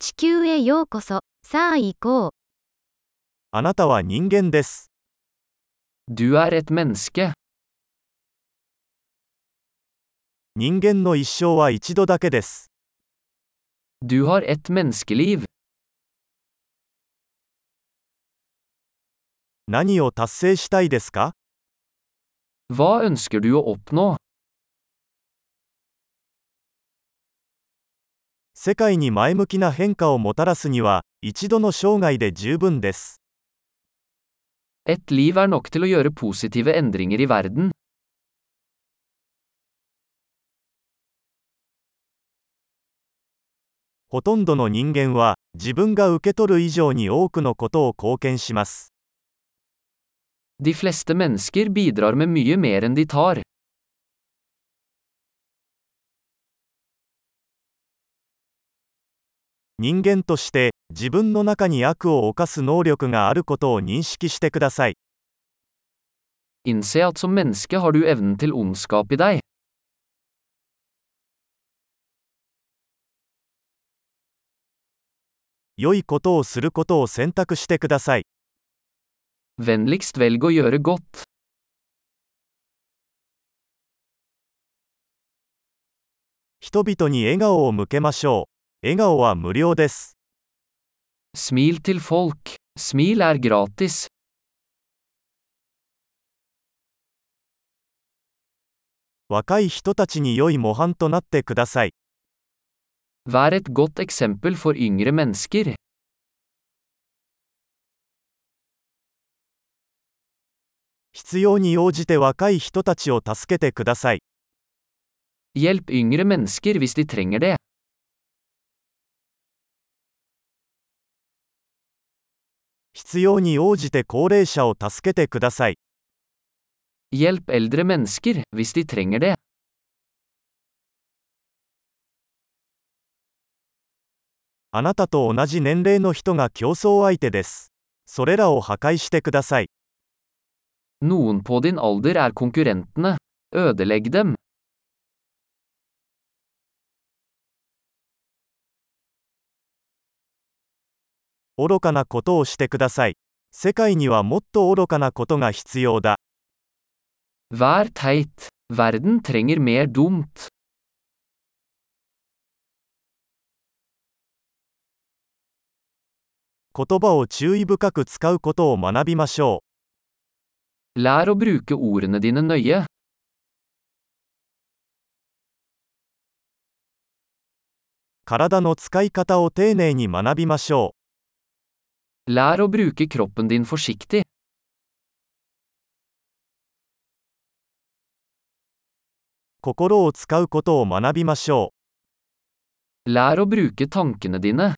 球へようこそ。さあ行こう。あなたは人間です。 Du er et menneske. 人間の一生は一度だけです。 Du har ett menneskeliv. 何を達成したいですか Hva ønsker du å oppnå? 世界に前向きな変化をもたらすには、一度の生涯で十分です。 Et liv er nok til å gjøre positive endringer i verden. ほとんどの人間は、自分が受け取る以上に多くのことを貢献します。 De fleste mennesker bidrar med mye mer enn de tar. 人間として、自分の中に悪を犯す能力があることを認識してください。 Innse at som menneske har du evnen til ondskap i deg. 良いことをすることを選択してください。 Vennligst velg å gjøre godt. 人々に笑顔を向けましょう。笑顔は無料です。 Smil til folk. Smil er gratis. 若い人たちに良い模範となってください。 Vær et godt eksempel for yngre mennesker. 必要に応じて若い人たちを助けてください。 Hjelp yngre mennesker hvis de trenger det. 必要に応じて高齢者を助けてください。 Hjelp eldre mennesker hvis de trenger det. あなたと同じ年齢の人が競争相手です。それらを破壊してください。 Noen på din alder er konkurrentene. Ødelegg dem. 愚かなことをしてください。世界にはもっと愚かなことが必要だ。 Vær teit. Verden trenger mer dumt. 言葉を注意深く使うことを学びましょう。 Lær å bruke ordene dine nøye. 体の使い方を丁寧に学びましょう。 Lær å bruke kroppen din forsiktig. 心を使うことを学びましょう。 Lær å bruke tankene dine.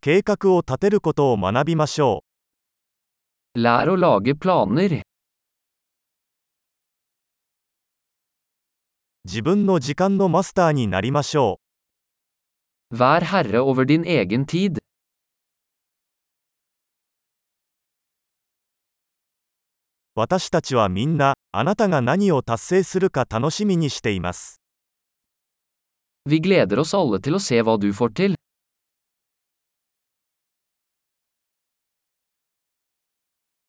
計画を立てることを学びましょう。 Lær å lage planer. 自分の時間のマスターになりましょう。 Vær herre over din egen tid. 私たちはみんな、あなたが何を達成するか楽しみにしています。 Vi gleder oss alle til å se hva du får til.